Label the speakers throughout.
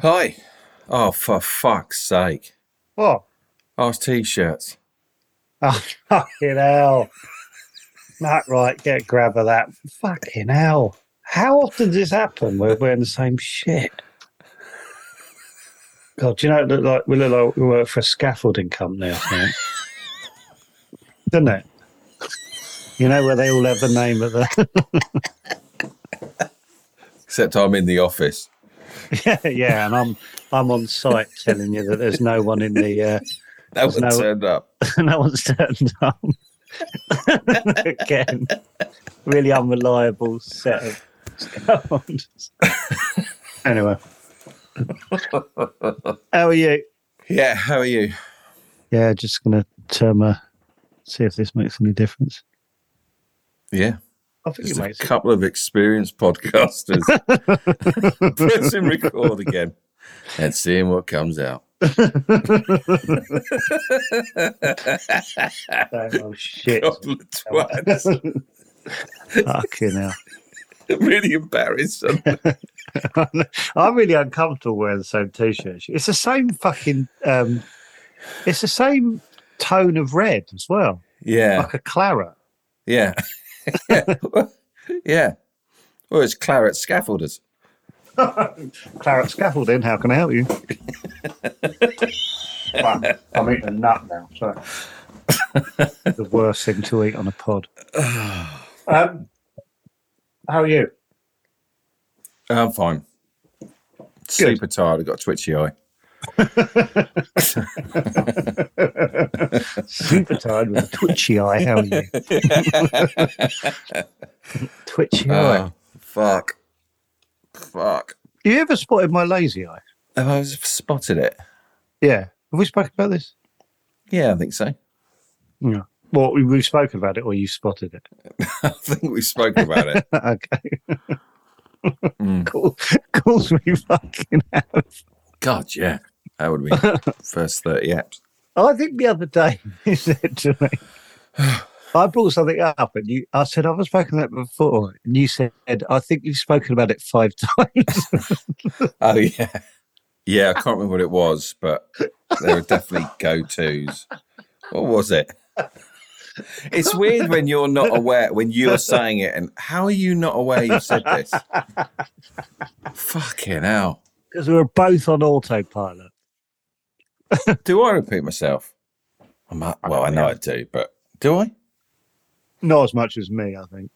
Speaker 1: Hi. Oh, for fuck's sake.
Speaker 2: What?
Speaker 1: Ask t shirts.
Speaker 2: Oh, fucking hell. Matt, right, get grab of that. Fucking hell. How often does this happen where we're in the same shit? God, do you know, it looked like we look like we work for a scaffolding company, I think. Doesn't it? You know, where they all have the name of the.
Speaker 1: Except I'm in the office.
Speaker 2: yeah, yeah, and I'm I'm on site telling you that there's no one in the. Uh,
Speaker 1: That one
Speaker 2: No.
Speaker 1: turned up.
Speaker 2: no one's turned up again. Really unreliable set of sounds. anyway, how are you?
Speaker 1: Yeah, how are you?
Speaker 2: Yeah, just gonna turn my see if this makes any difference.
Speaker 1: Yeah.
Speaker 2: I think
Speaker 1: Just
Speaker 2: it
Speaker 1: a
Speaker 2: makes.
Speaker 1: couple of experienced podcasters pressing record again and seeing what comes out.
Speaker 2: Oh shit!
Speaker 1: Couple of twats.
Speaker 2: Fucking hell!
Speaker 1: really embarrassing.
Speaker 2: I'm really uncomfortable wearing the same t-shirt. It's the same fucking. Um, it's the same tone of red as well,
Speaker 1: Yeah.
Speaker 2: like a claret.
Speaker 1: Yeah. yeah. yeah. Well, it's claret scaffolders.
Speaker 2: Claret scaffolding, how can I help you? Wow, I'm eating a nut now, so the worst thing to eat on a pod. Um, how are you?
Speaker 1: I'm fine. Super tired. I've got a twitchy eye.
Speaker 2: Super tired with a twitchy eye. How are you? twitchy eye.
Speaker 1: Oh, fuck. Fuck.
Speaker 2: You ever spotted my lazy eye?
Speaker 1: Have I spotted it?
Speaker 2: Yeah. Have we spoken about this?
Speaker 1: Yeah, I think so.
Speaker 2: No. Well, we- we've spoken about it, or you spotted it.
Speaker 1: I think we spoke about it.
Speaker 2: okay.
Speaker 1: Mm.
Speaker 2: Cool. Calls me fucking out.
Speaker 1: God, yeah. That would be first 30 apps.
Speaker 2: I think the other day you said to me, I brought something up and you, I said, I've spoken about it before. And you said, I think you've spoken about it five times.
Speaker 1: Oh, yeah. Yeah, I can't remember what it was, but there were definitely go tos. What was it? It's weird when you're not aware, when you're saying it, and how are you not aware you said this? Fucking hell.
Speaker 2: Because we were both on autopilot.
Speaker 1: Do I repeat myself? I might, well, I know I do, but do I?
Speaker 2: Not as much as me, I think.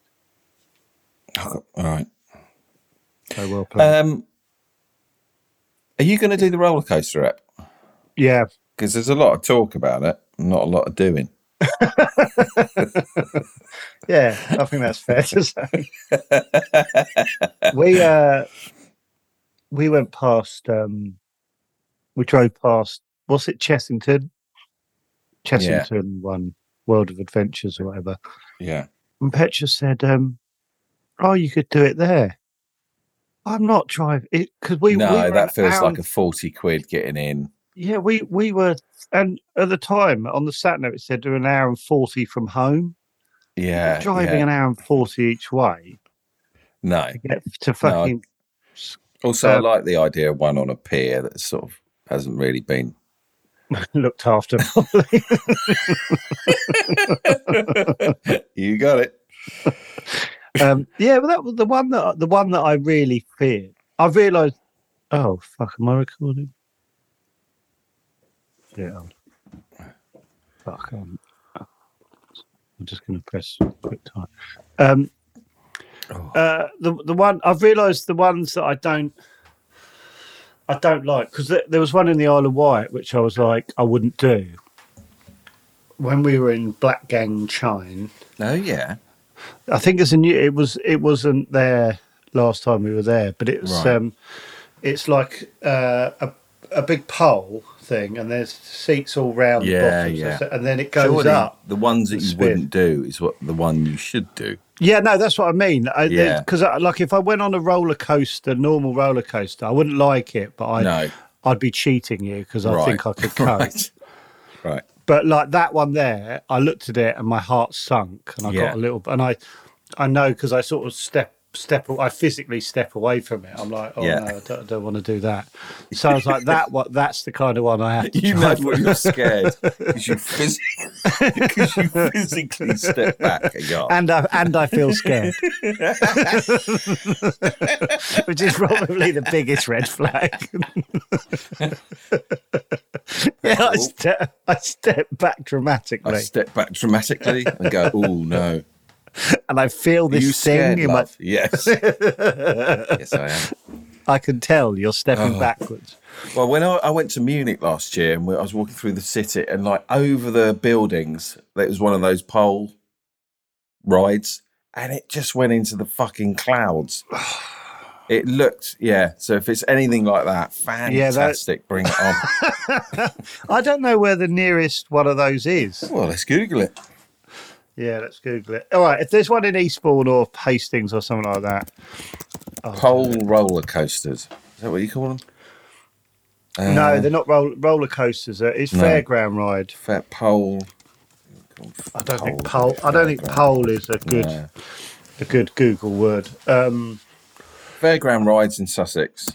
Speaker 1: Oh, all right.
Speaker 2: So well played.
Speaker 1: Um, are you going to do the roller coaster app?
Speaker 2: yeah.
Speaker 1: Because there's a lot of talk about it, not a lot of doing.
Speaker 2: Yeah. I think that's fair to say. we, uh, we went past, um, we drove past, what's it, Chessington? Chessington one, World of Adventures or whatever.
Speaker 1: Yeah.
Speaker 2: And Petra said, um, "Oh, you could do it there." I'm not driving it because we we
Speaker 1: no,
Speaker 2: were
Speaker 1: that
Speaker 2: an
Speaker 1: feels
Speaker 2: hour
Speaker 1: like a
Speaker 2: and-
Speaker 1: forty quid getting in.
Speaker 2: yeah. We we were and at the time on the sat note it said we're an hour and forty from home.
Speaker 1: Yeah.
Speaker 2: driving
Speaker 1: yeah.
Speaker 2: an hour and forty each way
Speaker 1: No.
Speaker 2: to get to fucking
Speaker 1: Also, I
Speaker 2: Um,
Speaker 1: like the idea of one on a pier that sort of hasn't really been.
Speaker 2: looked after. properly.
Speaker 1: you got it.
Speaker 2: um, yeah, but that was the one that the one that I really feared. I realised. Oh fuck! Am I recording? Yeah. hold on. Fuck. Um, I'm just going to press quick time. Um,
Speaker 1: Oh.
Speaker 2: uh, the the one I've realised the ones that I don't I don't like because there, there was one in the Isle of Wight which I was like I wouldn't do. When we were in Black Gang Chine,
Speaker 1: Oh yeah.
Speaker 2: I think it's a new. It was. It wasn't there last time we were there, but it's.
Speaker 1: Right.
Speaker 2: Um, it's like uh, a a big pole thing, and there's seats all round the
Speaker 1: Yeah,
Speaker 2: bottom, so-
Speaker 1: yeah.
Speaker 2: so- and then it goes
Speaker 1: Surely
Speaker 2: up.
Speaker 1: the ones that you
Speaker 2: Spin.
Speaker 1: wouldn't do is what the one you should do.
Speaker 2: Yeah, no, that's what I mean. I,
Speaker 1: Yeah.
Speaker 2: because like if I went on a roller coaster, normal roller coaster, I wouldn't like it, but I.
Speaker 1: no.
Speaker 2: I'd be cheating you because I
Speaker 1: right.
Speaker 2: think I could cope.
Speaker 1: Right. Right.
Speaker 2: But like that one there, I looked at it and my heart sunk, and I
Speaker 1: Yeah.
Speaker 2: got a little. And I, I know because I sort of step step. I physically step away from it. I'm like, oh
Speaker 1: Yeah.
Speaker 2: no, I don't, I don't want to do that. So I was like, that what that's the kind of one I have. To
Speaker 1: You
Speaker 2: try
Speaker 1: know
Speaker 2: for.
Speaker 1: what you're scared because you, phys- 'cause you physically step back and go.
Speaker 2: and I and I feel scared, which is probably the biggest red flag. yeah, I, ste- I step back dramatically,
Speaker 1: I step back dramatically and go, "Oh no,
Speaker 2: and I feel
Speaker 1: Are
Speaker 2: this
Speaker 1: you
Speaker 2: thing
Speaker 1: scared,
Speaker 2: in my-
Speaker 1: love? Yes, yes, I am.
Speaker 2: I can tell you're stepping
Speaker 1: Oh.
Speaker 2: backwards.
Speaker 1: Well, when I, I went to Munich last year, and we- I was walking through the city, and like over the buildings, there was one of those pole rides, and it just went into the fucking clouds. It looked, yeah. So if it's anything like that,
Speaker 2: Yeah, that-
Speaker 1: fantastic. Bring it on.
Speaker 2: I don't know where the nearest one of those is.
Speaker 1: well, let's Google it.
Speaker 2: Yeah, let's Google it. All right, if there's one in Eastbourne or Hastings or something like that,
Speaker 1: Pole roller coasters. Is that what you call them? Uh,
Speaker 2: no, they're not roll- roller coasters. uh, It's
Speaker 1: No.
Speaker 2: fairground ride.
Speaker 1: fat pole.
Speaker 2: I don't think
Speaker 1: Oh,
Speaker 2: pole. I don't think pole is a good
Speaker 1: No.
Speaker 2: a good Google word. Um,
Speaker 1: Fairground rides in Sussex.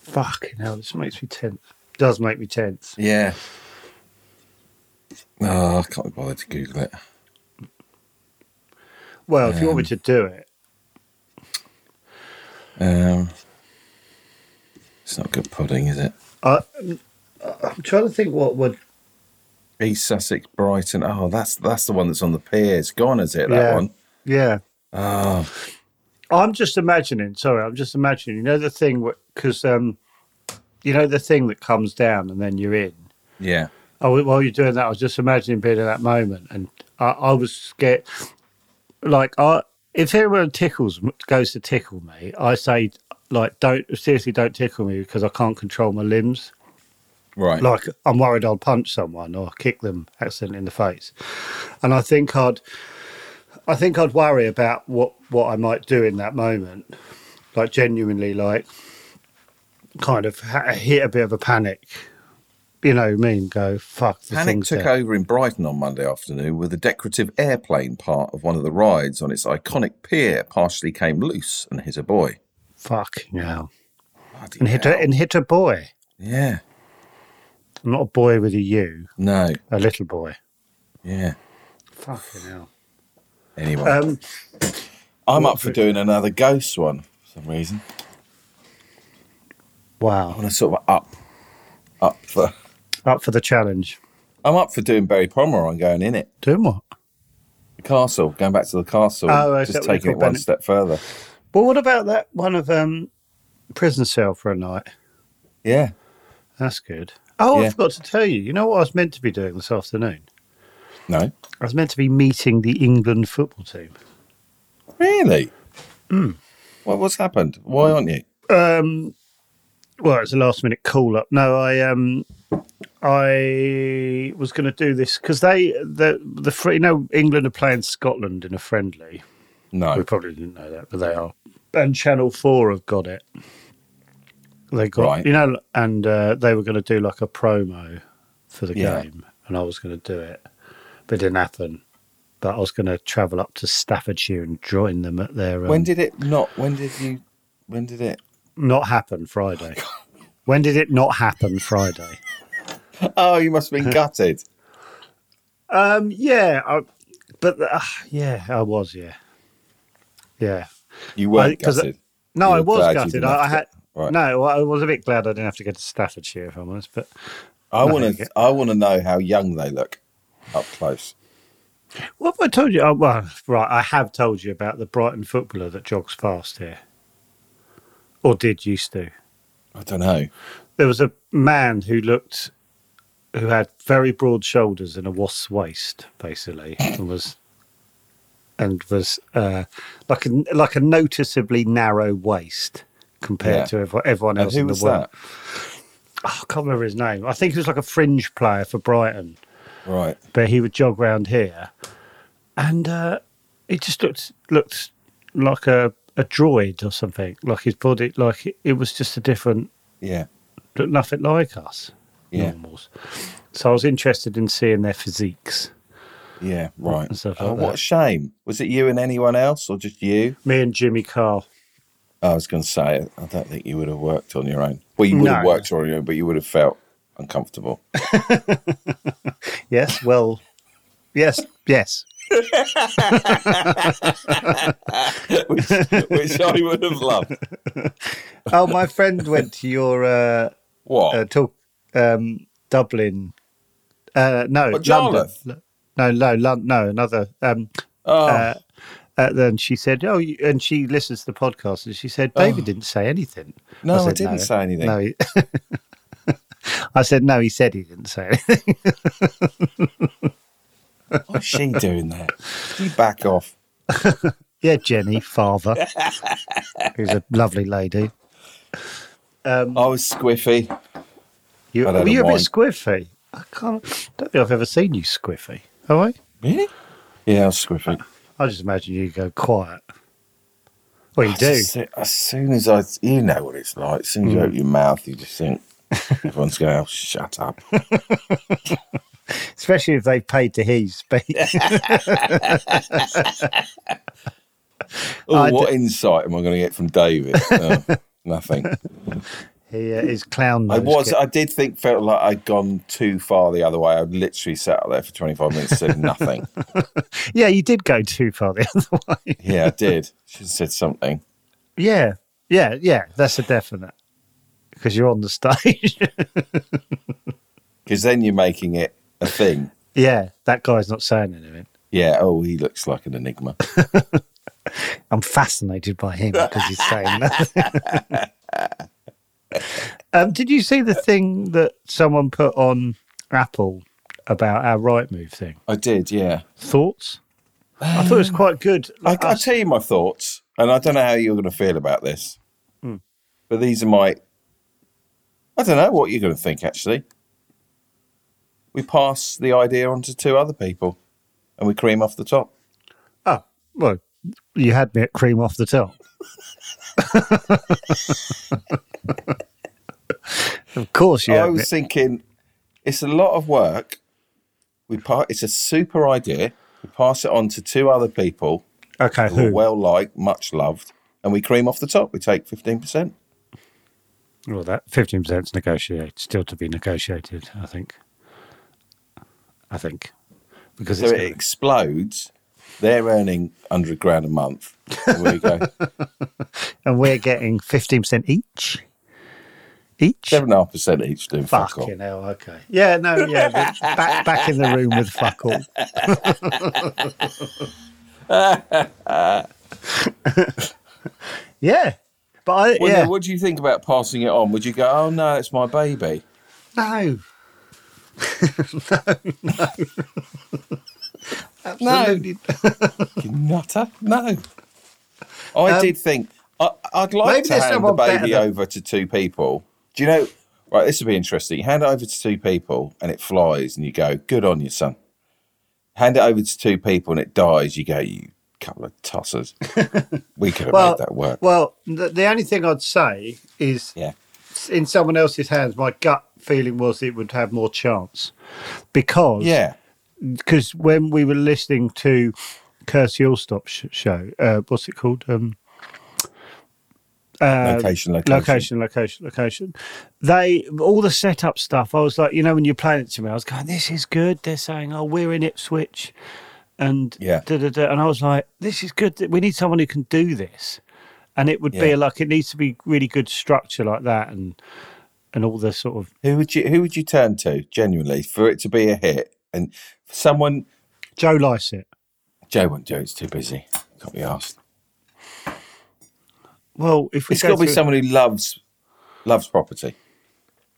Speaker 2: fucking hell, this makes me tense. Does make me tense.
Speaker 1: Yeah. Oh, I can't be bothered to Google it.
Speaker 2: Well, if you want me to do it,
Speaker 1: Um, it's not good pudding, is it?
Speaker 2: I, I'm trying to think what would.
Speaker 1: East Sussex, Brighton. Oh, that's that's the one that's on the pier. It's gone, is it? That
Speaker 2: yeah,
Speaker 1: one.
Speaker 2: yeah.
Speaker 1: Oh,
Speaker 2: I'm just imagining. Sorry, I'm just imagining. You know the thing because um, you know the thing that comes down and then you're in.
Speaker 1: yeah.
Speaker 2: Oh, while you're doing that, I was just imagining being in that moment, and I, I was scared. Like, I if anyone tickles goes to tickle me, I say like, don't seriously, don't tickle me because I can't control my limbs.
Speaker 1: Right.
Speaker 2: Like, I'm worried I'll punch someone or kick them accidentally in the face, and I think I'd, I think I'd worry about what what I might do in that moment, like genuinely, like, kind of ha- hit a bit of a panic. You know what I mean? Go fuck. The
Speaker 1: Panic
Speaker 2: thing's
Speaker 1: took
Speaker 2: there."
Speaker 1: over in Brighton on Monday afternoon with a decorative airplane part of one of the rides on its iconic pier partially came loose and hit a boy.
Speaker 2: Fucking hell.
Speaker 1: Bloody
Speaker 2: And hit
Speaker 1: hell.
Speaker 2: a, and hit a boy.
Speaker 1: Yeah.
Speaker 2: Not a boy with a U,
Speaker 1: No.
Speaker 2: a little boy.
Speaker 1: Yeah.
Speaker 2: Fucking hell.
Speaker 1: Anyway,
Speaker 2: Um,
Speaker 1: I'm up for doing another ghost one for some reason. I
Speaker 2: wow.
Speaker 1: want to sort of up, up for.
Speaker 2: Up for the challenge.
Speaker 1: I'm up for doing Barry Pomeroy and going in it.
Speaker 2: Doing what?
Speaker 1: The castle, going back to the castle,
Speaker 2: Oh, is that
Speaker 1: just
Speaker 2: what they
Speaker 1: taking it
Speaker 2: call
Speaker 1: one
Speaker 2: Bennett?
Speaker 1: step further.
Speaker 2: Well, what about that one of um, prison cell for a night?
Speaker 1: Yeah.
Speaker 2: That's good. Oh,
Speaker 1: Yeah.
Speaker 2: I forgot to tell you. You know what I was meant to be doing this afternoon?
Speaker 1: No.
Speaker 2: I was meant to be meeting the England football team.
Speaker 1: Really?
Speaker 2: Hmm.
Speaker 1: What, what's happened? Why aren't you?
Speaker 2: Um, well, it's a last minute call up. No, I um, I was going to do this because they the the fr- you know England are playing Scotland in a friendly. We
Speaker 1: No.
Speaker 2: probably didn't know that, but they are. And Channel Four have got it. They got
Speaker 1: Right.
Speaker 2: you know, and uh, they were going to do like a promo for the
Speaker 1: Yeah.
Speaker 2: game, and I was going to do it, but it didn't happen. But I was going to travel up to Staffordshire and join them at their. Um,
Speaker 1: When did it not? When did you? When did it?
Speaker 2: not happen Friday? when did it not happen Friday?
Speaker 1: Oh, you must have been gutted.
Speaker 2: Um, yeah, I, but uh, yeah, I was. Yeah, yeah.
Speaker 1: You weren't
Speaker 2: Well, 'cause-
Speaker 1: gutted.
Speaker 2: No,
Speaker 1: You
Speaker 2: I
Speaker 1: were
Speaker 2: was
Speaker 1: glad you
Speaker 2: gutted.
Speaker 1: didn't
Speaker 2: I, I
Speaker 1: have to
Speaker 2: had
Speaker 1: Right.
Speaker 2: no. I was a bit glad I didn't have to go to Staffordshire, if I'm honest. But
Speaker 1: I
Speaker 2: no,
Speaker 1: want
Speaker 2: okay.
Speaker 1: to. I want to know how young they look up close.
Speaker 2: what have I told you? Oh, well, right, I have told you about the Brighton footballer that jogs past here, or did used to.
Speaker 1: I don't know.
Speaker 2: There was a man who looked, who had very broad shoulders and a wasp's waist, basically, and was, and was uh, like a like a noticeably narrow waist compared
Speaker 1: Yeah.
Speaker 2: to ev- everyone
Speaker 1: And
Speaker 2: else
Speaker 1: who
Speaker 2: in the
Speaker 1: was
Speaker 2: world.
Speaker 1: that?
Speaker 2: Oh, I can't remember his name. I think he was like a fringe player for Brighton,
Speaker 1: Right.
Speaker 2: but he would jog round here, and uh, he just looked looked like a, a droid or something. Like his body, like it, it was just a different,
Speaker 1: Yeah.
Speaker 2: looked nothing like us
Speaker 1: Yeah.
Speaker 2: normals. So I was interested in seeing their physiques.
Speaker 1: Yeah, right.
Speaker 2: Hmm. and stuff like
Speaker 1: oh,
Speaker 2: that.
Speaker 1: what a shame. Was it you and anyone else, or just you?
Speaker 2: Me and Jimmy Carr.
Speaker 1: I was going to say, I don't think you would have worked on your own. Well, you would have
Speaker 2: No.
Speaker 1: worked on your own, but you would have felt uncomfortable.
Speaker 2: Yes, well, yes, yes.
Speaker 1: which, which I would have loved.
Speaker 2: Oh, my friend went to your uh,
Speaker 1: What?
Speaker 2: uh, talk, um, Dublin. Uh, no,
Speaker 1: But
Speaker 2: London.
Speaker 1: Jarlath?
Speaker 2: No, no, Lon- no, another. Um,
Speaker 1: oh,
Speaker 2: uh, uh, then she said, "Oh," you- and she listens to the podcast, and she said, "David didn't say anything."
Speaker 1: Oh. no, I,
Speaker 2: said,
Speaker 1: didn't
Speaker 2: "No,
Speaker 1: say anything.
Speaker 2: No. he- I said, "No." He said he didn't say anything.
Speaker 1: What's she doing there? You back off.
Speaker 2: yeah, Jenny, father, who's a lovely lady. Um,
Speaker 1: I was squiffy.
Speaker 2: you,
Speaker 1: I don't
Speaker 2: were you a
Speaker 1: know
Speaker 2: bit squiffy? I can't. Don't think I've ever seen you squiffy. Have I?
Speaker 1: Really? Yeah, I was squiffy.
Speaker 2: I just imagine you go quiet. Well, you
Speaker 1: I
Speaker 2: do. Mm.
Speaker 1: just think- as soon as I, you know what it's like. As soon as you open your mouth, you just think everyone's going, oh, shut up.
Speaker 2: especially if they paid to hear you speak.
Speaker 1: Oh,
Speaker 2: I
Speaker 1: what insight am I going to get from David? Oh, nothing.
Speaker 2: he uh, is clown.
Speaker 1: I
Speaker 2: nose
Speaker 1: was.
Speaker 2: kid.
Speaker 1: I did think felt like I'd gone too far the other way. I literally sat there for twenty five minutes, said nothing.
Speaker 2: Yeah, you did go too far the other way.
Speaker 1: yeah, I did. Should have said something.
Speaker 2: Yeah, yeah, yeah. That's a definite because you're on the stage.
Speaker 1: Because then you're making it a thing.
Speaker 2: yeah, that guy's not saying anything.
Speaker 1: Yeah. Oh, he looks like an enigma.
Speaker 2: I'm fascinated by him because he's saying nothing. um, did you see the thing that someone put on Apple about our right move thing?
Speaker 1: I did. Yeah.
Speaker 2: Thoughts? I thought it was quite good.
Speaker 1: Um, I, I'll tell you my thoughts, and I don't know how you're going to feel about this, but these are my. I don't know what you're going to think. Actually, we pass the idea on to two other people, and we cream off the top.
Speaker 2: Oh, well, you had me at cream off the top. of course you
Speaker 1: I
Speaker 2: had me.
Speaker 1: was thinking, it's a lot of work. We pa- It's a super idea. We pass it on to two other people
Speaker 2: Okay,
Speaker 1: who are
Speaker 2: who?
Speaker 1: well liked, much loved, and we cream off the top. We take fifteen percent.
Speaker 2: Well, that 15% is negotiated, still to be negotiated, I think. I think. Because
Speaker 1: So
Speaker 2: it's
Speaker 1: it
Speaker 2: gonna-
Speaker 1: explodes. They're earning hundred grand a month. And we go
Speaker 2: and we're getting 15% each? Each?
Speaker 1: seven and a half percent each. Doing fuck all.
Speaker 2: Fucking hell, okay. Yeah, no, yeah. but back, back in the room with fuck all. yeah. But I,
Speaker 1: Well,
Speaker 2: yeah,
Speaker 1: now, what do you think about passing it on? Would you go? Oh no, it's my baby.
Speaker 2: no.
Speaker 1: Absolutely. No, you nutter. No, I did think I, I'd like
Speaker 2: Um, maybe
Speaker 1: to
Speaker 2: there's
Speaker 1: hand the
Speaker 2: someone better
Speaker 1: baby
Speaker 2: than-
Speaker 1: over to two people. Do you know? Right, this would be interesting. Hand it over to two people, and it flies, and you go, "Good on you, son." Hand it over to two people, and it dies. You go, "You couple of tossers." we could have
Speaker 2: Well,
Speaker 1: made that work.
Speaker 2: well, the, the only thing I'd say is
Speaker 1: yeah.
Speaker 2: in someone else's hands, my gut feeling was it would have more chance because
Speaker 1: Yeah.
Speaker 2: because when we were listening to Kirsty Allstop's sh- show, uh, what's it called? Um, uh,
Speaker 1: Location, location.
Speaker 2: location, location, location. They all the setup stuff. I was like, you know, when you're playing it to me, I was going, "This is good." They're saying, "Oh, we're in Ipswich," and
Speaker 1: Yeah.
Speaker 2: da, da, da. and I was like, "This is good. We need someone who can do this." And it would be
Speaker 1: Yeah.
Speaker 2: like it needs to be really good structure like that, and and all the sort of
Speaker 1: Who would you Who would you turn to genuinely for it to be a hit? And someone
Speaker 2: Joe Lycett.
Speaker 1: Joe won't do. it, It's too busy. Can't be asked.
Speaker 2: Well, if we
Speaker 1: It's
Speaker 2: go
Speaker 1: got to be
Speaker 2: through-
Speaker 1: someone who loves loves property.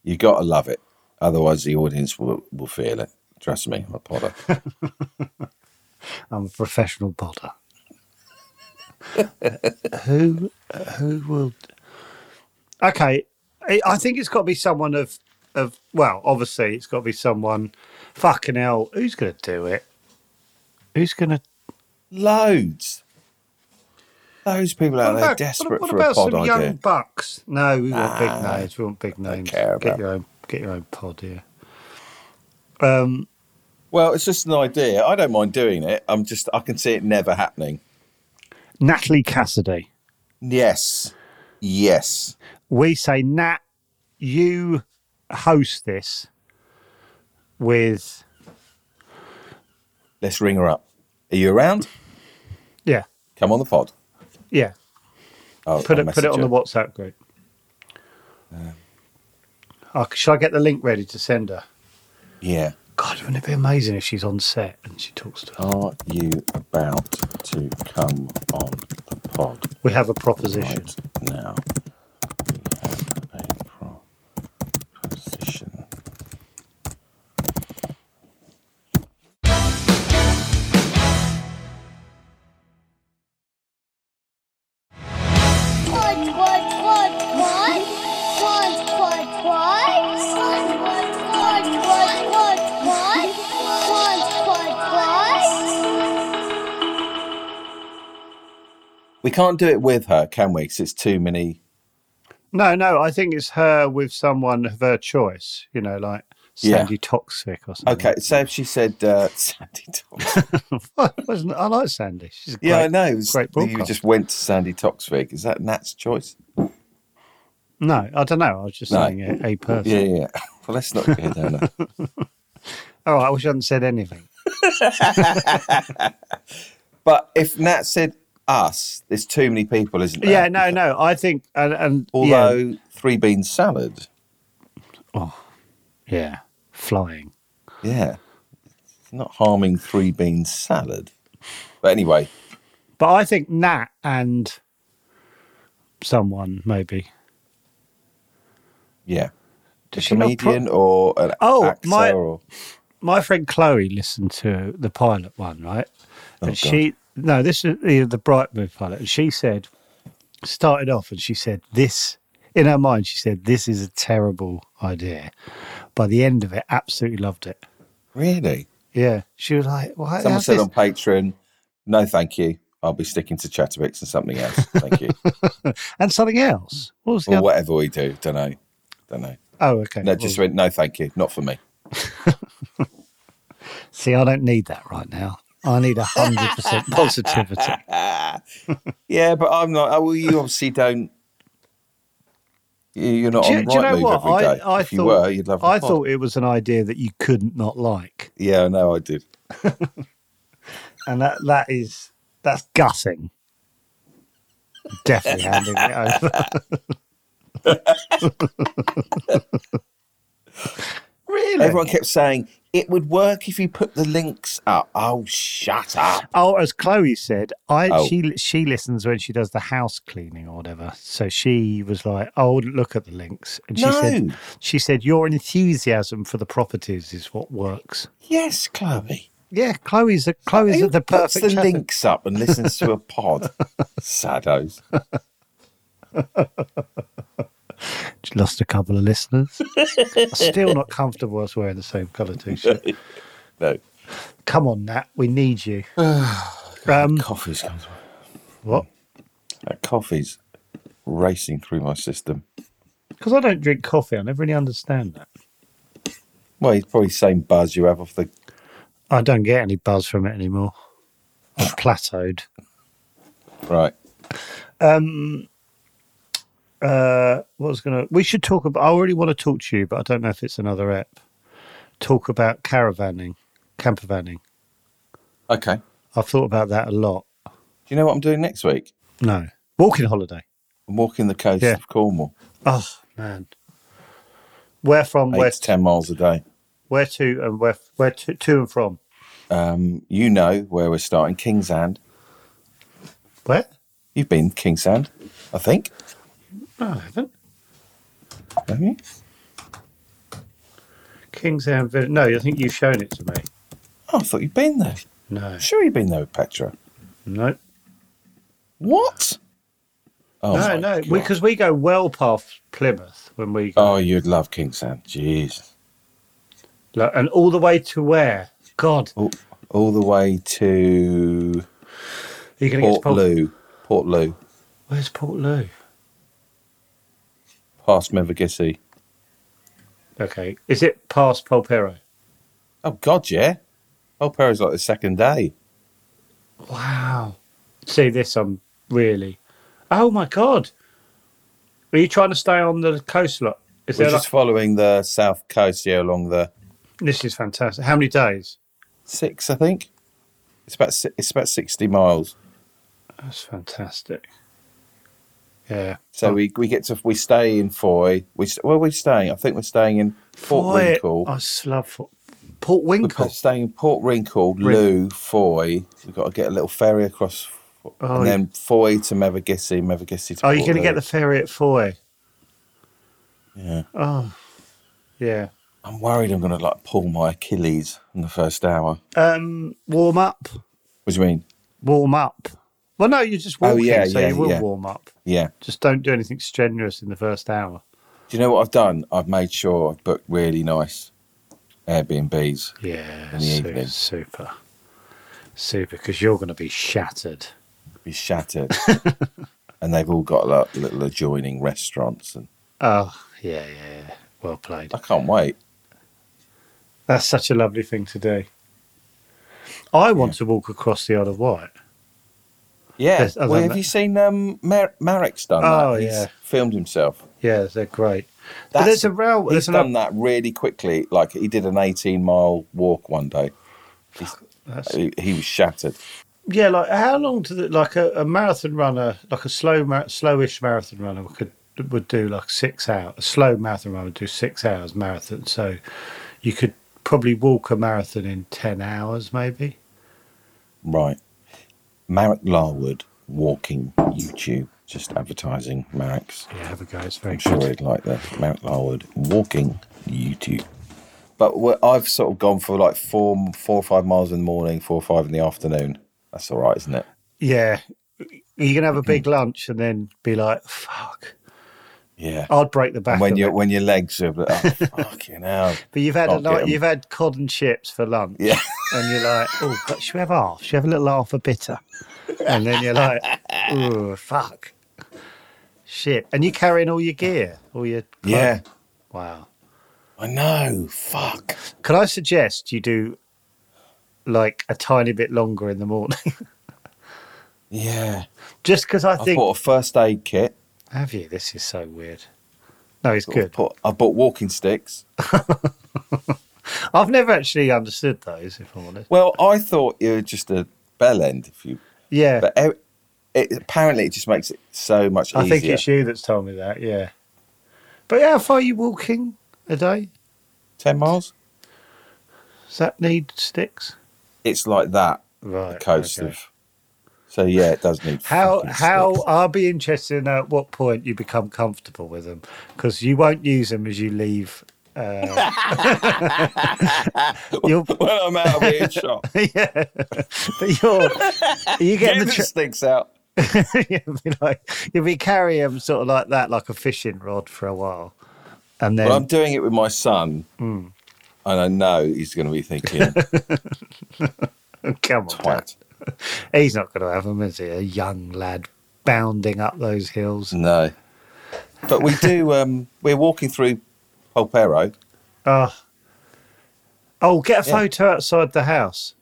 Speaker 1: You got to love it, otherwise the audience will, will feel it. Trust me, I'm a podder.
Speaker 2: I'm a professional podder. who who will? Okay, I I think it's got to be someone of of. Well, obviously, it's got to be someone. Fucking hell, who's going to do it? Who's going to?
Speaker 1: Loads, loads of people out there desperate
Speaker 2: what
Speaker 1: for
Speaker 2: about
Speaker 1: a pod
Speaker 2: some young
Speaker 1: idea.
Speaker 2: bucks? No, we want big names. We want big names.
Speaker 1: care
Speaker 2: Get
Speaker 1: about-
Speaker 2: your own, get your own pod here. Um,
Speaker 1: Well, it's just an idea. I don't mind doing it. I'm just I can see it never happening.
Speaker 2: Natalie Cassidy.
Speaker 1: Yes. Yes.
Speaker 2: We say, Nat, you host this with,
Speaker 1: Let's ring her up. Are you around?
Speaker 2: yeah,
Speaker 1: Come on the pod.
Speaker 2: yeah.
Speaker 1: I'll, I'll
Speaker 2: Put it, put it
Speaker 1: message
Speaker 2: on
Speaker 1: her.
Speaker 2: the WhatsApp group.
Speaker 1: Um.
Speaker 2: Oh, shall I get the link ready to send her?
Speaker 1: Yeah.
Speaker 2: God, wouldn't it be amazing if she's on set and she talks to us?
Speaker 1: Are you about to come on the pod
Speaker 2: We have a proposition.
Speaker 1: right now? We have a proposition.
Speaker 3: Quad, quad, quad, quad. Quad, quad, quad. Quad, quad, quad, quad, quad, quad. Quad, quad, quad.
Speaker 1: We can't do it with her, can we? 'Cause it's too many.
Speaker 2: No, no, I think it's her with someone of her choice, you know, like
Speaker 1: Yeah.
Speaker 2: Sandy Toxic or something.
Speaker 1: Okay, so if she said uh, Sandy Tox.
Speaker 2: Wasn't- I like Sandy. She's a great,
Speaker 1: Yeah, I know. It's-
Speaker 2: great
Speaker 1: you
Speaker 2: broadcast.
Speaker 1: just went to Sandy Toxvig. Is that Nat's choice?
Speaker 2: No, I don't know. I was just
Speaker 1: No.
Speaker 2: saying a, a person.
Speaker 1: Yeah, yeah. Well, let's not go down there.
Speaker 2: All right, I wish I hadn't said anything.
Speaker 1: But if Nat said us, there's too many people, isn't there?
Speaker 2: Yeah, no, no. I think, and, and
Speaker 1: Although
Speaker 2: yeah,
Speaker 1: three bean salad.
Speaker 2: yeah, flying.
Speaker 1: Yeah. It's not harming three bean salad. But anyway,
Speaker 2: But I think Nat and someone maybe.
Speaker 1: yeah. A
Speaker 2: she not pro-
Speaker 1: comedian or an
Speaker 2: Oh,
Speaker 1: actor
Speaker 2: my-
Speaker 1: or
Speaker 2: My friend Chloe listened to the pilot one, right? And she, no, this is the, the Bright Move pilot. And she said, started off and she said, this, in her mind, she said, this is a terrible idea. By the end of it, absolutely loved it.
Speaker 1: really?
Speaker 2: Yeah. She was like, why?
Speaker 1: Someone
Speaker 2: how's
Speaker 1: said "Oh,
Speaker 2: this-
Speaker 1: on Patreon, no thank you. I'll be sticking to Chatterbox and something else. Thank you.
Speaker 2: and something else. What was the
Speaker 1: or
Speaker 2: other?
Speaker 1: whatever we do. Don't know. Don't know.
Speaker 2: Oh, okay.
Speaker 1: oh, No, just
Speaker 2: Well,
Speaker 1: went, no thank you. Not for me.
Speaker 2: see, I don't need that right now. I need 100% positivity.
Speaker 1: Yeah, but I'm not. Oh, well, you obviously don't. you- You're not
Speaker 2: Do you,
Speaker 1: on
Speaker 2: do you
Speaker 1: right
Speaker 2: know
Speaker 1: move
Speaker 2: what?
Speaker 1: every day.
Speaker 2: I, I
Speaker 1: if
Speaker 2: thought,
Speaker 1: you were, you'd love. the
Speaker 2: I
Speaker 1: pod.
Speaker 2: thought it was an idea that you couldn't not like.
Speaker 1: Yeah, I know. I did.
Speaker 2: and that that is that's gutting. Definitely handing it over. really?
Speaker 1: Everyone kept saying it would work if you put the links up. Oh, shut up!
Speaker 2: Oh, as Chloe said, I
Speaker 1: Oh.
Speaker 2: she she listens when she does the house cleaning or whatever. So she was like, "I wouldn't look at the links." And she said,
Speaker 1: No.
Speaker 2: "She said your enthusiasm for the properties is what works."
Speaker 1: Yes, Chloe.
Speaker 2: Yeah, Chloe's a, Chloe's
Speaker 1: Who
Speaker 2: at the
Speaker 1: puts
Speaker 2: perfect
Speaker 1: the
Speaker 2: level.
Speaker 1: links up and listens to a pod? Saddos.
Speaker 2: She Lost a couple of listeners. Still not comfortable us wearing the same colour t-shirt.
Speaker 1: No,
Speaker 2: Come on, Nat. We need you.
Speaker 1: Oh,
Speaker 2: um,
Speaker 1: coffee's comes.
Speaker 2: what?
Speaker 1: That coffee's racing through my system.
Speaker 2: Because I don't drink coffee. I never really understand that.
Speaker 1: Well, it's probably the same buzz you have off the.
Speaker 2: I don't get any buzz from it anymore. I've plateaued.
Speaker 1: Right.
Speaker 2: Uh, what was going to? We should talk about. I already want to talk to you, but I don't know if it's another app. Talk about caravanning, campervanning.
Speaker 1: Okay. Do
Speaker 2: I've thought about that a lot.
Speaker 1: you know what I'm doing next week?
Speaker 2: No, walking holiday.
Speaker 1: I'm walking the coast
Speaker 2: Yeah.
Speaker 1: of Cornwall.
Speaker 2: Oh man, where from?
Speaker 1: Eight
Speaker 2: Where?
Speaker 1: to ten miles a day.
Speaker 2: Where to? And where? Where to? To and from?
Speaker 1: Um, you know where we're starting, Kingsand.
Speaker 2: Where?
Speaker 1: You've been Kingsand, I think.
Speaker 2: No, I haven't.
Speaker 1: Have you?
Speaker 2: Kingsland Village. No, I think you've shown it to me.
Speaker 1: Oh, I thought you'd been there.
Speaker 2: No,
Speaker 1: Sure, you've been there with Petra.
Speaker 2: no,
Speaker 1: What? Oh my
Speaker 2: no, no.
Speaker 1: God.
Speaker 2: Because we go well past Plymouth when we go,
Speaker 1: Oh, you'd love Kingsand. Jeez.
Speaker 2: Like, and all the way to where? God,
Speaker 1: All, all the way to
Speaker 2: are you going to get
Speaker 1: Port
Speaker 2: to Port
Speaker 1: Loo. Port Loo,
Speaker 2: Where's Port Loo?
Speaker 1: past Mevagissi.
Speaker 2: Okay, is it past Polperro?
Speaker 1: Oh God, yeah. Oh, Perry's like the second day.
Speaker 2: Wow. See this? I'm really. Oh my god. Are you trying to stay on the coast lot? Is
Speaker 1: We're
Speaker 2: there like,
Speaker 1: just following the south coast here along the
Speaker 2: this is fantastic. How many days?
Speaker 1: six, I think. It's about si- it's about sixty miles.
Speaker 2: That's fantastic. Yeah.
Speaker 1: So we, we get to we stay in Foy. We s- where are we staying? I think we're staying in Port
Speaker 2: Foy-
Speaker 1: Winkle.
Speaker 2: I just love Fort- Port
Speaker 1: We're
Speaker 2: Winkle.
Speaker 1: staying in Port Winkle, Lou, Foy. We've got to get a little ferry across, Fo-
Speaker 2: Oh,
Speaker 1: and then Foy to Mevagissi, Mevagissi to.
Speaker 2: Are you
Speaker 1: Port
Speaker 2: going to get
Speaker 1: Lou.
Speaker 2: the ferry at Foy?
Speaker 1: Yeah.
Speaker 2: Oh, yeah.
Speaker 1: I'm worried. I'm going to like pull my Achilles in the first hour.
Speaker 2: Um, warm up.
Speaker 1: What do you mean?
Speaker 2: Warm up. Well, no, you're just
Speaker 1: Oh,
Speaker 2: walking,
Speaker 1: yeah,
Speaker 2: so
Speaker 1: yeah,
Speaker 2: you will
Speaker 1: yeah.
Speaker 2: warm up.
Speaker 1: Yeah.
Speaker 2: Just don't do anything strenuous in the first hour.
Speaker 1: Do you know what I've done? I've made sure I've booked really nice Airbnbs.
Speaker 2: Yeah,
Speaker 1: In the
Speaker 2: super,
Speaker 1: evening.
Speaker 2: super, super. Because you're going to be shattered.
Speaker 1: Be shattered, and they've all got like little adjoining restaurants, and
Speaker 2: Oh, yeah, yeah. yeah. Well played.
Speaker 1: I can't wait.
Speaker 2: That's such a lovely thing to do. I want to walk across the Isle of Wight.
Speaker 1: Yeah.
Speaker 2: Yes, I've
Speaker 1: well,
Speaker 2: done
Speaker 1: have
Speaker 2: that.
Speaker 1: you seen um, Mar- Marek's done
Speaker 2: Oh,
Speaker 1: that?
Speaker 2: yeah.
Speaker 1: filmed himself.
Speaker 2: Yeah, they're great. but
Speaker 1: That's-
Speaker 2: there's a rail.
Speaker 1: He's
Speaker 2: There's
Speaker 1: done
Speaker 2: an,
Speaker 1: that really quickly. Like he did an 18 mile walk one day. He's-
Speaker 2: that's-
Speaker 1: He, he was shattered.
Speaker 2: yeah, like how long do the, like a, a marathon runner, like a slow, mar- slowish marathon runner could would do like six hours. A slow marathon runner would do six hours marathon. So you could probably walk a marathon in ten hours, maybe.
Speaker 1: Right. Marek Larwood walking YouTube. Just advertising Marek's.
Speaker 2: Yeah, have a go. It's very
Speaker 1: I'm sure
Speaker 2: good.
Speaker 1: he'd like that. Marek Larwood walking YouTube. But what- I've sort of gone for like four, four or five miles in the morning, four or five in the afternoon. That's all right, isn't it?
Speaker 2: Yeah, you're gonna have a big lunch and then be like, "Fuck!"
Speaker 1: Yeah.
Speaker 2: I'd break the back.
Speaker 1: And when
Speaker 2: of
Speaker 1: your
Speaker 2: it.
Speaker 1: when your legs are oh, fucking hell.
Speaker 2: But you've had a
Speaker 1: Can't get
Speaker 2: lot,
Speaker 1: 'em.
Speaker 2: you've had cod and chips for lunch,
Speaker 1: Yeah.
Speaker 2: and you're like, "Oh, but should we have half? Should we have a little half a bitter?" And then you're like, "Oh, fuck, shit!" And you're carrying all your gear, all your clothes.
Speaker 1: Yeah.
Speaker 2: Wow.
Speaker 1: I know. Fuck.
Speaker 2: Could I suggest you do like a tiny bit longer in the morning,
Speaker 1: Yeah.
Speaker 2: just because I
Speaker 1: I,
Speaker 2: think?
Speaker 1: bought a first aid kit.
Speaker 2: Have you? This is so weird. No, it's
Speaker 1: I
Speaker 2: good.
Speaker 1: bought, I bought walking sticks.
Speaker 2: I've never actually understood those, if I'm honest.
Speaker 1: Well, I thought you were just a bell end if you
Speaker 2: Yeah.
Speaker 1: but e- it, apparently it just makes it so much
Speaker 2: I
Speaker 1: easier.
Speaker 2: think it's you that's told me that, yeah. But how far are you walking a day?
Speaker 1: Ten miles?
Speaker 2: Does that need sticks?
Speaker 1: It's like that,
Speaker 2: Right.
Speaker 1: the coast
Speaker 2: okay.
Speaker 1: of So yeah, it does need
Speaker 2: How
Speaker 1: fucking
Speaker 2: how
Speaker 1: sticks.
Speaker 2: I'll be interested in at what point you become comfortable with them because you won't use them as you leave. Uh, you'll,
Speaker 1: when I'm out of earshot.
Speaker 2: yeah, but you're you get
Speaker 1: Get
Speaker 2: the,
Speaker 1: the
Speaker 2: tr-
Speaker 1: sticks out.
Speaker 2: you'll be like you'll be carrying them sort of like that, like a fishing rod for a while, and then Hmm.
Speaker 1: Well, I'm doing it with my son, and I know he's going to be thinking,
Speaker 2: come on, Dad.
Speaker 1: "Twat."
Speaker 2: He's not going to have them, is he? A young lad bounding up those hills.
Speaker 1: No, but we do. Um, we're walking through Polperro.
Speaker 2: Ah. oh, get a
Speaker 1: Yeah.
Speaker 2: photo outside the house.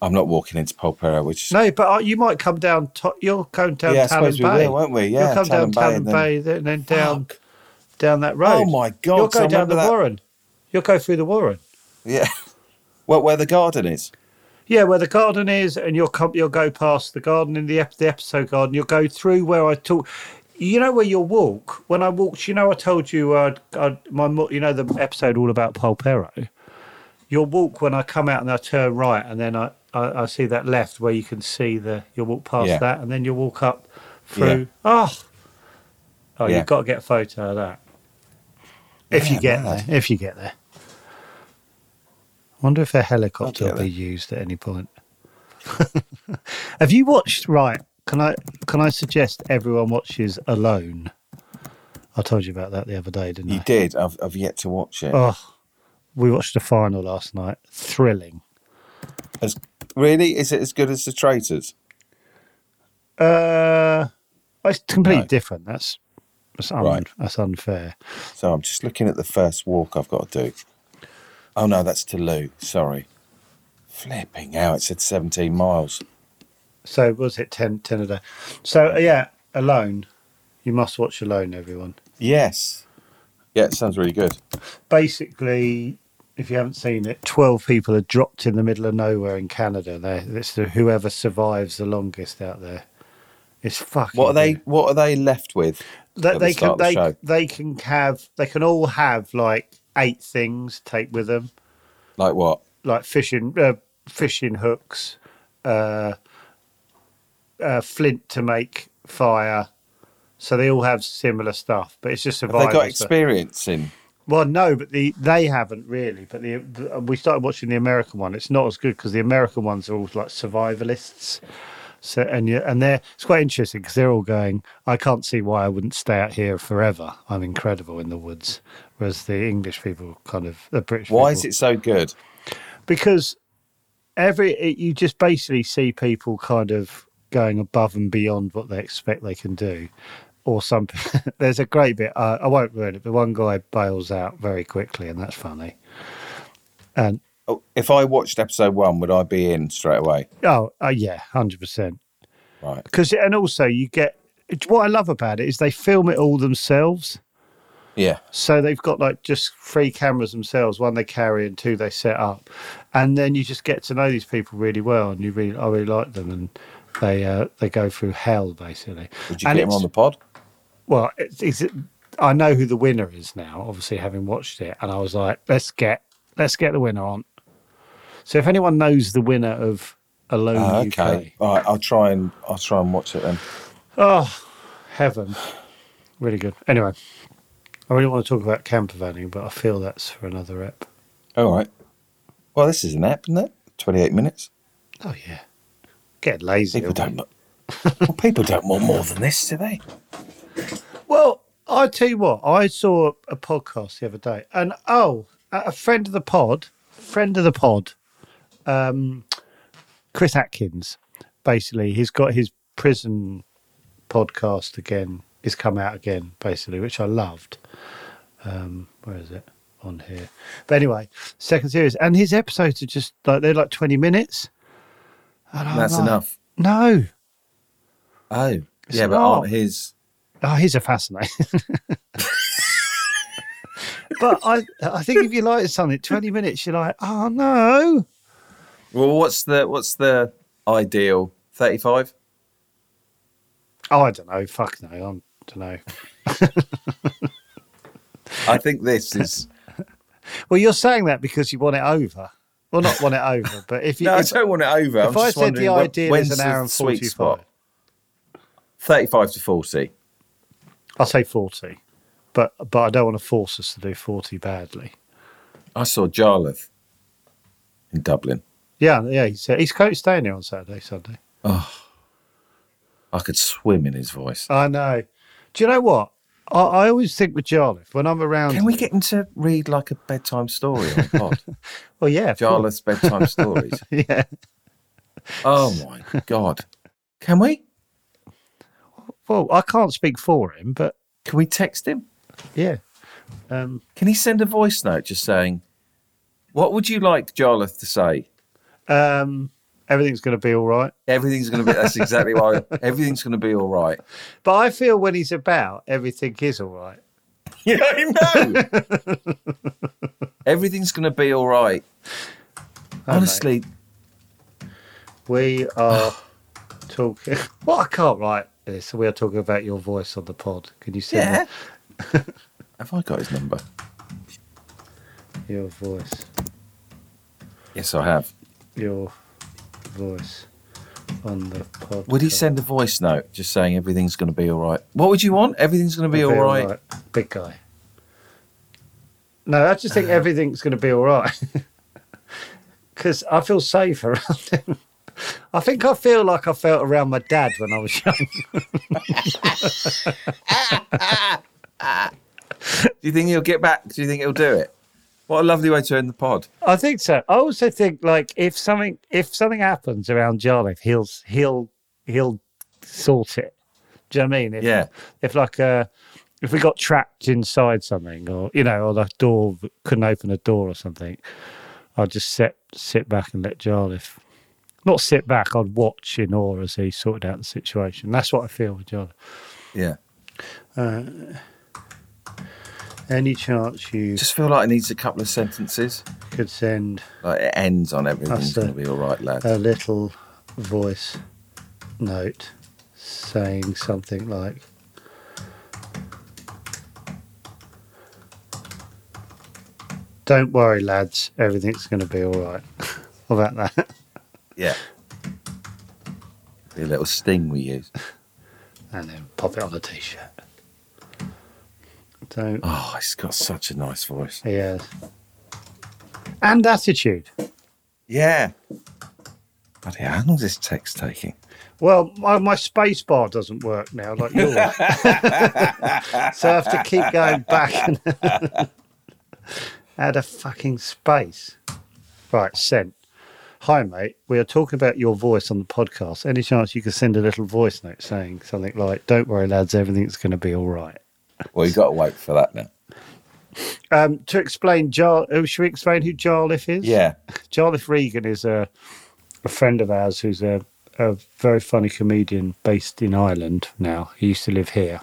Speaker 1: I'm not walking into Polperro, which
Speaker 2: No, but uh, you might come down. To- you're going down
Speaker 1: yeah, I
Speaker 2: Talon
Speaker 1: suppose we
Speaker 2: Bay.
Speaker 1: will, won't we?
Speaker 2: you'll
Speaker 1: Yeah,
Speaker 2: come
Speaker 1: Talon
Speaker 2: down
Speaker 1: Bay,
Speaker 2: Talon
Speaker 1: and then-
Speaker 2: Bay, then, then down
Speaker 1: Fuck.
Speaker 2: down that road.
Speaker 1: Oh my God!
Speaker 2: You'll
Speaker 1: so
Speaker 2: go
Speaker 1: I
Speaker 2: down
Speaker 1: remember
Speaker 2: the
Speaker 1: that-
Speaker 2: Warren. You'll go through the Warren.
Speaker 1: Yeah, well, where the garden is.
Speaker 2: Yeah, where the garden is, and you'll come. You'll go past the garden in the, ep- the episode garden. You'll go through where I talk. You know where you'll walk. When I walked, you know, I told you, uh, I'd, my mo- you know the episode all about Polperro. You'll walk when I come out and I turn right, and then I, I, I see that left where you can see the. You'll walk past
Speaker 1: Yeah.
Speaker 2: that, and then you'll walk up
Speaker 1: Yeah.
Speaker 2: through. Oh, oh,
Speaker 1: Yeah.
Speaker 2: you've got to get a photo of that. If you
Speaker 1: Yeah,
Speaker 2: get
Speaker 1: mad.
Speaker 2: there, if you get there. Wonder if a helicopter
Speaker 1: I'll
Speaker 2: will
Speaker 1: get
Speaker 2: be used at any point. Have you watched? Right, can I can I suggest everyone watches Alone? I told you about that the other day, didn't
Speaker 1: You
Speaker 2: I?
Speaker 1: did. I've, I've yet to watch it.
Speaker 2: Oh, we watched the final last night. Thrilling.
Speaker 1: As, really, is it as good as the Traitors?
Speaker 2: Uh, it's completely
Speaker 1: No.
Speaker 2: different. That's that's, un,
Speaker 1: Right.
Speaker 2: that's unfair.
Speaker 1: So I'm just looking at the first walk I've got to do. Oh no, that's to Lou. Sorry. Flipping out. It said 17 miles.
Speaker 2: So was it 10, 10 a day? So yeah, Alone. You must watch Alone, everyone.
Speaker 1: Yes. Yeah, it sounds really good.
Speaker 2: Basically, if you haven't seen it, twelve people are dropped in the middle of nowhere in Canada. There, it's the, whoever survives the longest out there. It's fucking.
Speaker 1: What are they? What are they left with?
Speaker 2: They,
Speaker 1: at the
Speaker 2: they
Speaker 1: start
Speaker 2: can.
Speaker 1: of the
Speaker 2: They
Speaker 1: show?
Speaker 2: they can have. They can all have like eight things take with them,
Speaker 1: Like what?
Speaker 2: like fishing uh, fishing hooks, uh, uh, flint to make fire. So they all have similar stuff, but it's just
Speaker 1: Have
Speaker 2: survival.
Speaker 1: they got
Speaker 2: stuff.
Speaker 1: experience in?
Speaker 2: Well, no, but the they haven't really. But the, the we started watching the American one. It's not as good because the American ones are all like survivalists. So and you, and they're it's quite interesting because they're all going. I can't see why I wouldn't stay out here forever. I'm incredible in the woods. Whereas the English people, kind of the British.
Speaker 1: Why
Speaker 2: people-
Speaker 1: is it so good?
Speaker 2: because every it, you just basically see people kind of going above and beyond what they expect they can do or some there's a great bit uh, i won't ruin it but one guy bails out very quickly and that's funny and
Speaker 1: Oh, If I watched episode one, would I be in straight away?
Speaker 2: oh uh, yeah 100%
Speaker 1: Right.
Speaker 2: because and also you get it's what i love about it is they film it all themselves
Speaker 1: Yeah.
Speaker 2: So they've got like just three cameras themselves, one they carry and two they set up, and then you just get to know these people really well, and you really, I really like them, and they uh, they go through hell basically.
Speaker 1: Would you
Speaker 2: and
Speaker 1: get him
Speaker 2: it's-
Speaker 1: on the pod?
Speaker 2: Well, it's, it's, I know who the winner is now, obviously having watched it, and I was like, let's get let's get the winner on. So if anyone knows the winner of Alone
Speaker 1: Ah,
Speaker 2: UK,
Speaker 1: okay. All right. I'll try and I'll try and watch it then.
Speaker 2: oh heaven, really good. Anyway, I really want to talk about campervanning, but I feel that's for another rep.
Speaker 1: All right. Well, this is an app, isn't it? Twenty-eight minutes.
Speaker 2: Oh yeah, get lazy.
Speaker 1: People don't. look- well, people don't want more than this, do they?
Speaker 2: Well, I tell you what, I saw a podcast the other day, and oh, a a friend of the pod, friend of the pod, um, Chris Atkins, basically, he's got his prison podcast again. It's come out again, basically, which I loved. Um, where is it on here? But anyway, second series, and his episodes are just like they're like twenty minutes. And I'm
Speaker 1: That's
Speaker 2: like,
Speaker 1: enough.
Speaker 2: No,
Speaker 1: Oh, yeah,
Speaker 2: It's
Speaker 1: but aren't
Speaker 2: not.
Speaker 1: his?
Speaker 2: Oh, he's a fascinating. but I, I think if you like something, twenty minutes, you're like, oh no,
Speaker 1: Well, what's the what's the ideal? Thirty-five.
Speaker 2: oh, I don't know, fuck no, I don't know.
Speaker 1: I think this is.
Speaker 2: Well, you're saying that because you want it over. Well, not want it over, but if you,
Speaker 1: No, I
Speaker 2: if,
Speaker 1: don't want it over. I'm
Speaker 2: if I
Speaker 1: just
Speaker 2: said the
Speaker 1: wondering when-
Speaker 2: ideal
Speaker 1: when's
Speaker 2: is an
Speaker 1: the
Speaker 2: hour and
Speaker 1: sweet
Speaker 2: forty-five,
Speaker 1: spot? Thirty-five to forty.
Speaker 2: I'll say forty, but but I don't want to force us to do forty badly.
Speaker 1: I saw Jarlath in Dublin.
Speaker 2: Yeah, yeah, he's he's currently staying here on Saturday, Sunday.
Speaker 1: I could swim in his voice.
Speaker 2: I know. Do you know what? I, I always think with Jarlath when I'm around.
Speaker 1: Can we
Speaker 2: him-
Speaker 1: get him to read like a bedtime story on the pod?
Speaker 2: Well, yeah, of
Speaker 1: Jarlath's
Speaker 2: course.
Speaker 1: bedtime stories.
Speaker 2: Yeah.
Speaker 1: Oh my god! Can we?
Speaker 2: Well, I can't speak for him, but
Speaker 1: Can we text him?
Speaker 2: yeah. Um,
Speaker 1: Can he send a voice note just saying, "What would you like Jarlath to say?"
Speaker 2: um, everything's going to be all right.
Speaker 1: Everything's going to be. That's exactly why. Everything's going to be all right.
Speaker 2: But I feel when he's about, everything is all right.
Speaker 1: Yeah, I know. Everything's going to be all right. Honestly,
Speaker 2: We are talking. Well, I can't write this. We are talking about your voice on the pod. Can you send
Speaker 1: yeah. Have I got his number?
Speaker 2: me your voice?
Speaker 1: Yes, I have.
Speaker 2: Your voice on the pod.
Speaker 1: Would he send a voice note just saying everything's going to be all right? What would you want? Everything's going to be all right.
Speaker 2: Big guy. No, I just think everything's going to be all right because I feel safe around him. I think I feel like I felt around my dad when I was young.
Speaker 1: Do you think he'll get back? Do you think he'll do it? What a lovely way to end the pod.
Speaker 2: I think so. I also think like if something if something happens around Jarlath, he'll he'll he'll sort it. Do you know what I mean? If,
Speaker 1: Yeah.
Speaker 2: If like uh, if we got trapped inside something, or you know, or the door couldn't open a door or something, I'll just sit sit back and let Jarliffe. Not sit back. I'd watch in awe as he sorted out the situation. That's what I feel with Jarliffe.
Speaker 1: Yeah.
Speaker 2: Any chance you
Speaker 1: Just feel like it needs a couple of sentences.
Speaker 2: could send
Speaker 1: Like it ends on everything's
Speaker 2: That's Uh, the-
Speaker 1: going to be all right, lads.
Speaker 2: a little voice note saying something like Don't worry, lads, everything's going to be all right. How about that?
Speaker 1: yeah. The little sting we use.
Speaker 2: And then pop it on a t shirt. Don't,
Speaker 1: Oh, he's got such a nice voice.
Speaker 2: yeah. And attitude.
Speaker 1: Yeah. Bloody how long's this text taking?
Speaker 2: Well, my, my space bar doesn't work now, like yours. so I have to keep going back and add a fucking space. Right, sent. Hi, mate. We are talking about your voice on the podcast. Any chance you could send a little voice note saying something like, Don't worry, lads, everything's going to be all right?
Speaker 1: Well, you've got to wait for that now.
Speaker 2: Um, to explain, Jar, oh, should we explain who Jarliff is?
Speaker 1: Yeah.
Speaker 2: Jarliffe Regan is a, a friend of ours who's a, a very funny comedian based in Ireland now. He used to live here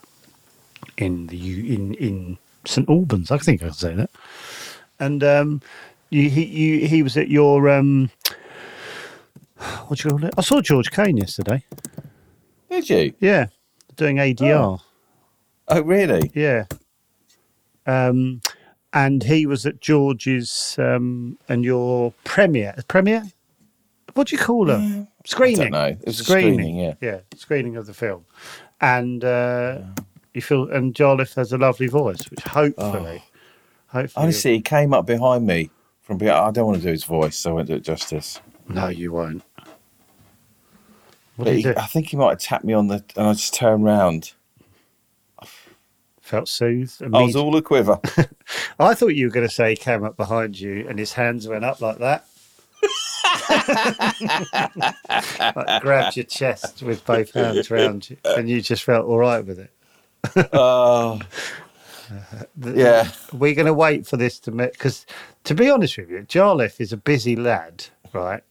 Speaker 2: in the U- in in St Albans. I think I can say that. And um, you, he you, he was at your um, what do you call it? I saw George Kane yesterday.
Speaker 1: Did you?
Speaker 2: Yeah, doing ADR.
Speaker 1: Oh, really?
Speaker 2: Yeah. Um, and he was at George's um, and your premiere. Premiere? What do you call her? Screening.
Speaker 1: know. It was a screening, yeah.
Speaker 2: Yeah, screening of the film. And uh, you feel, and Jarliffe has a lovely voice, which hopefully, hopefully.
Speaker 1: Oh. Honestly, he came up behind me from behind. I don't want to do his voice, so I won't do it justice.
Speaker 2: No, you won't.
Speaker 1: But
Speaker 2: What did you
Speaker 1: he, uh,
Speaker 2: do?
Speaker 1: I think he might have tapped me on the, and I just turned round.
Speaker 2: Felt soothed.
Speaker 1: I was
Speaker 2: immediately.
Speaker 1: all a quiver.
Speaker 2: I thought you were going to say he came up behind you and his hands went up like that. like grabbed your chest with both hands round you and you just felt all right with it.
Speaker 1: Oh, yeah.
Speaker 2: We're going to wait for this to make, because to be honest with you, Jarliffe is a busy lad, right?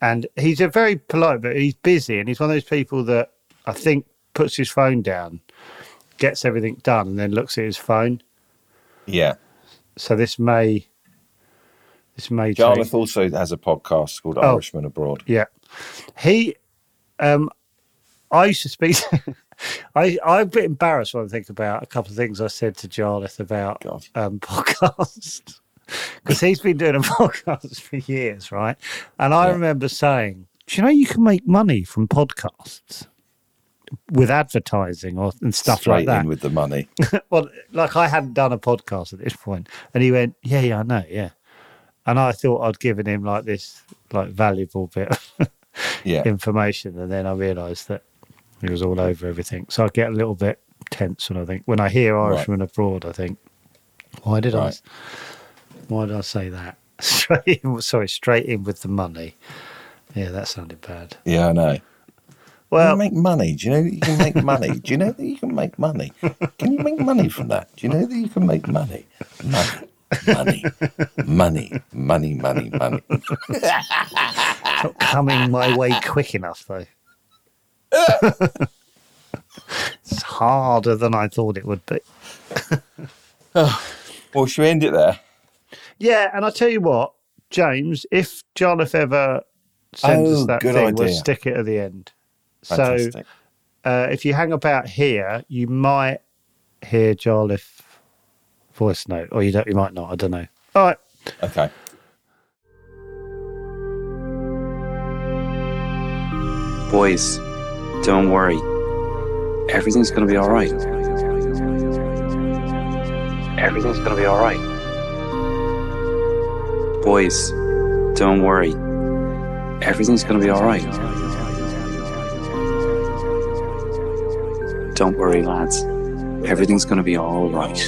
Speaker 2: And he's a very polite, but he's busy and he's one of those people that I think puts his phone down, gets everything done, and then looks at his phone.
Speaker 1: Yeah.
Speaker 2: So this may. This may take-
Speaker 1: Jarlath also has a podcast called
Speaker 2: Oh.
Speaker 1: Irishman Abroad.
Speaker 2: Yeah. He um I used to speak I I'm a bit embarrassed when I think about a couple of things I said to Jarleth about
Speaker 1: God.
Speaker 2: um podcasts. Because he's been doing a podcast for years, right? And I
Speaker 1: Yeah.
Speaker 2: remember saying, Do you know you can make money from podcasts? With advertising or and stuff
Speaker 1: Straight
Speaker 2: like that.
Speaker 1: in with the money.
Speaker 2: well, like I hadn't done a podcast at this point, and he went, "Yeah, yeah, I know, yeah." And I thought I'd given him like this, like valuable bit of
Speaker 1: Yeah.
Speaker 2: information, and then I realised that he was all over everything. So I get a little bit tense when I think when I hear
Speaker 1: Right.
Speaker 2: Irishman abroad, I think, "Why did
Speaker 1: Right.
Speaker 2: I? Why did I say that?" Straight in, sorry, straight in with the money. Yeah, that sounded bad.
Speaker 1: Yeah, I know.
Speaker 2: Well,
Speaker 1: you make money. Do you know that you can make money? Do you know that you can make money? Can you make money from that? Do you know that you can make money? Money, money, money, money, money, money.
Speaker 2: it's not coming my way quick enough though. it's harder than I thought it would be.
Speaker 1: Well, should we end it there?
Speaker 2: Yeah, and I tell you what, James, if Jarlath ever sends us
Speaker 1: Oh,
Speaker 2: that
Speaker 1: good
Speaker 2: thing, we'll
Speaker 1: idea.
Speaker 2: stick it at the end. So
Speaker 1: Fantastic.
Speaker 2: uh, if you hang about here, you might hear Jarlath voice note, or you don't. You might not. I don't know. All right.
Speaker 1: okay.
Speaker 4: Boys, don't worry. Everything's gonna be alright. Everything's gonna be alright. Boys, don't worry. Everything's gonna be alright. Don't worry, lads. Everything's gonna be alright.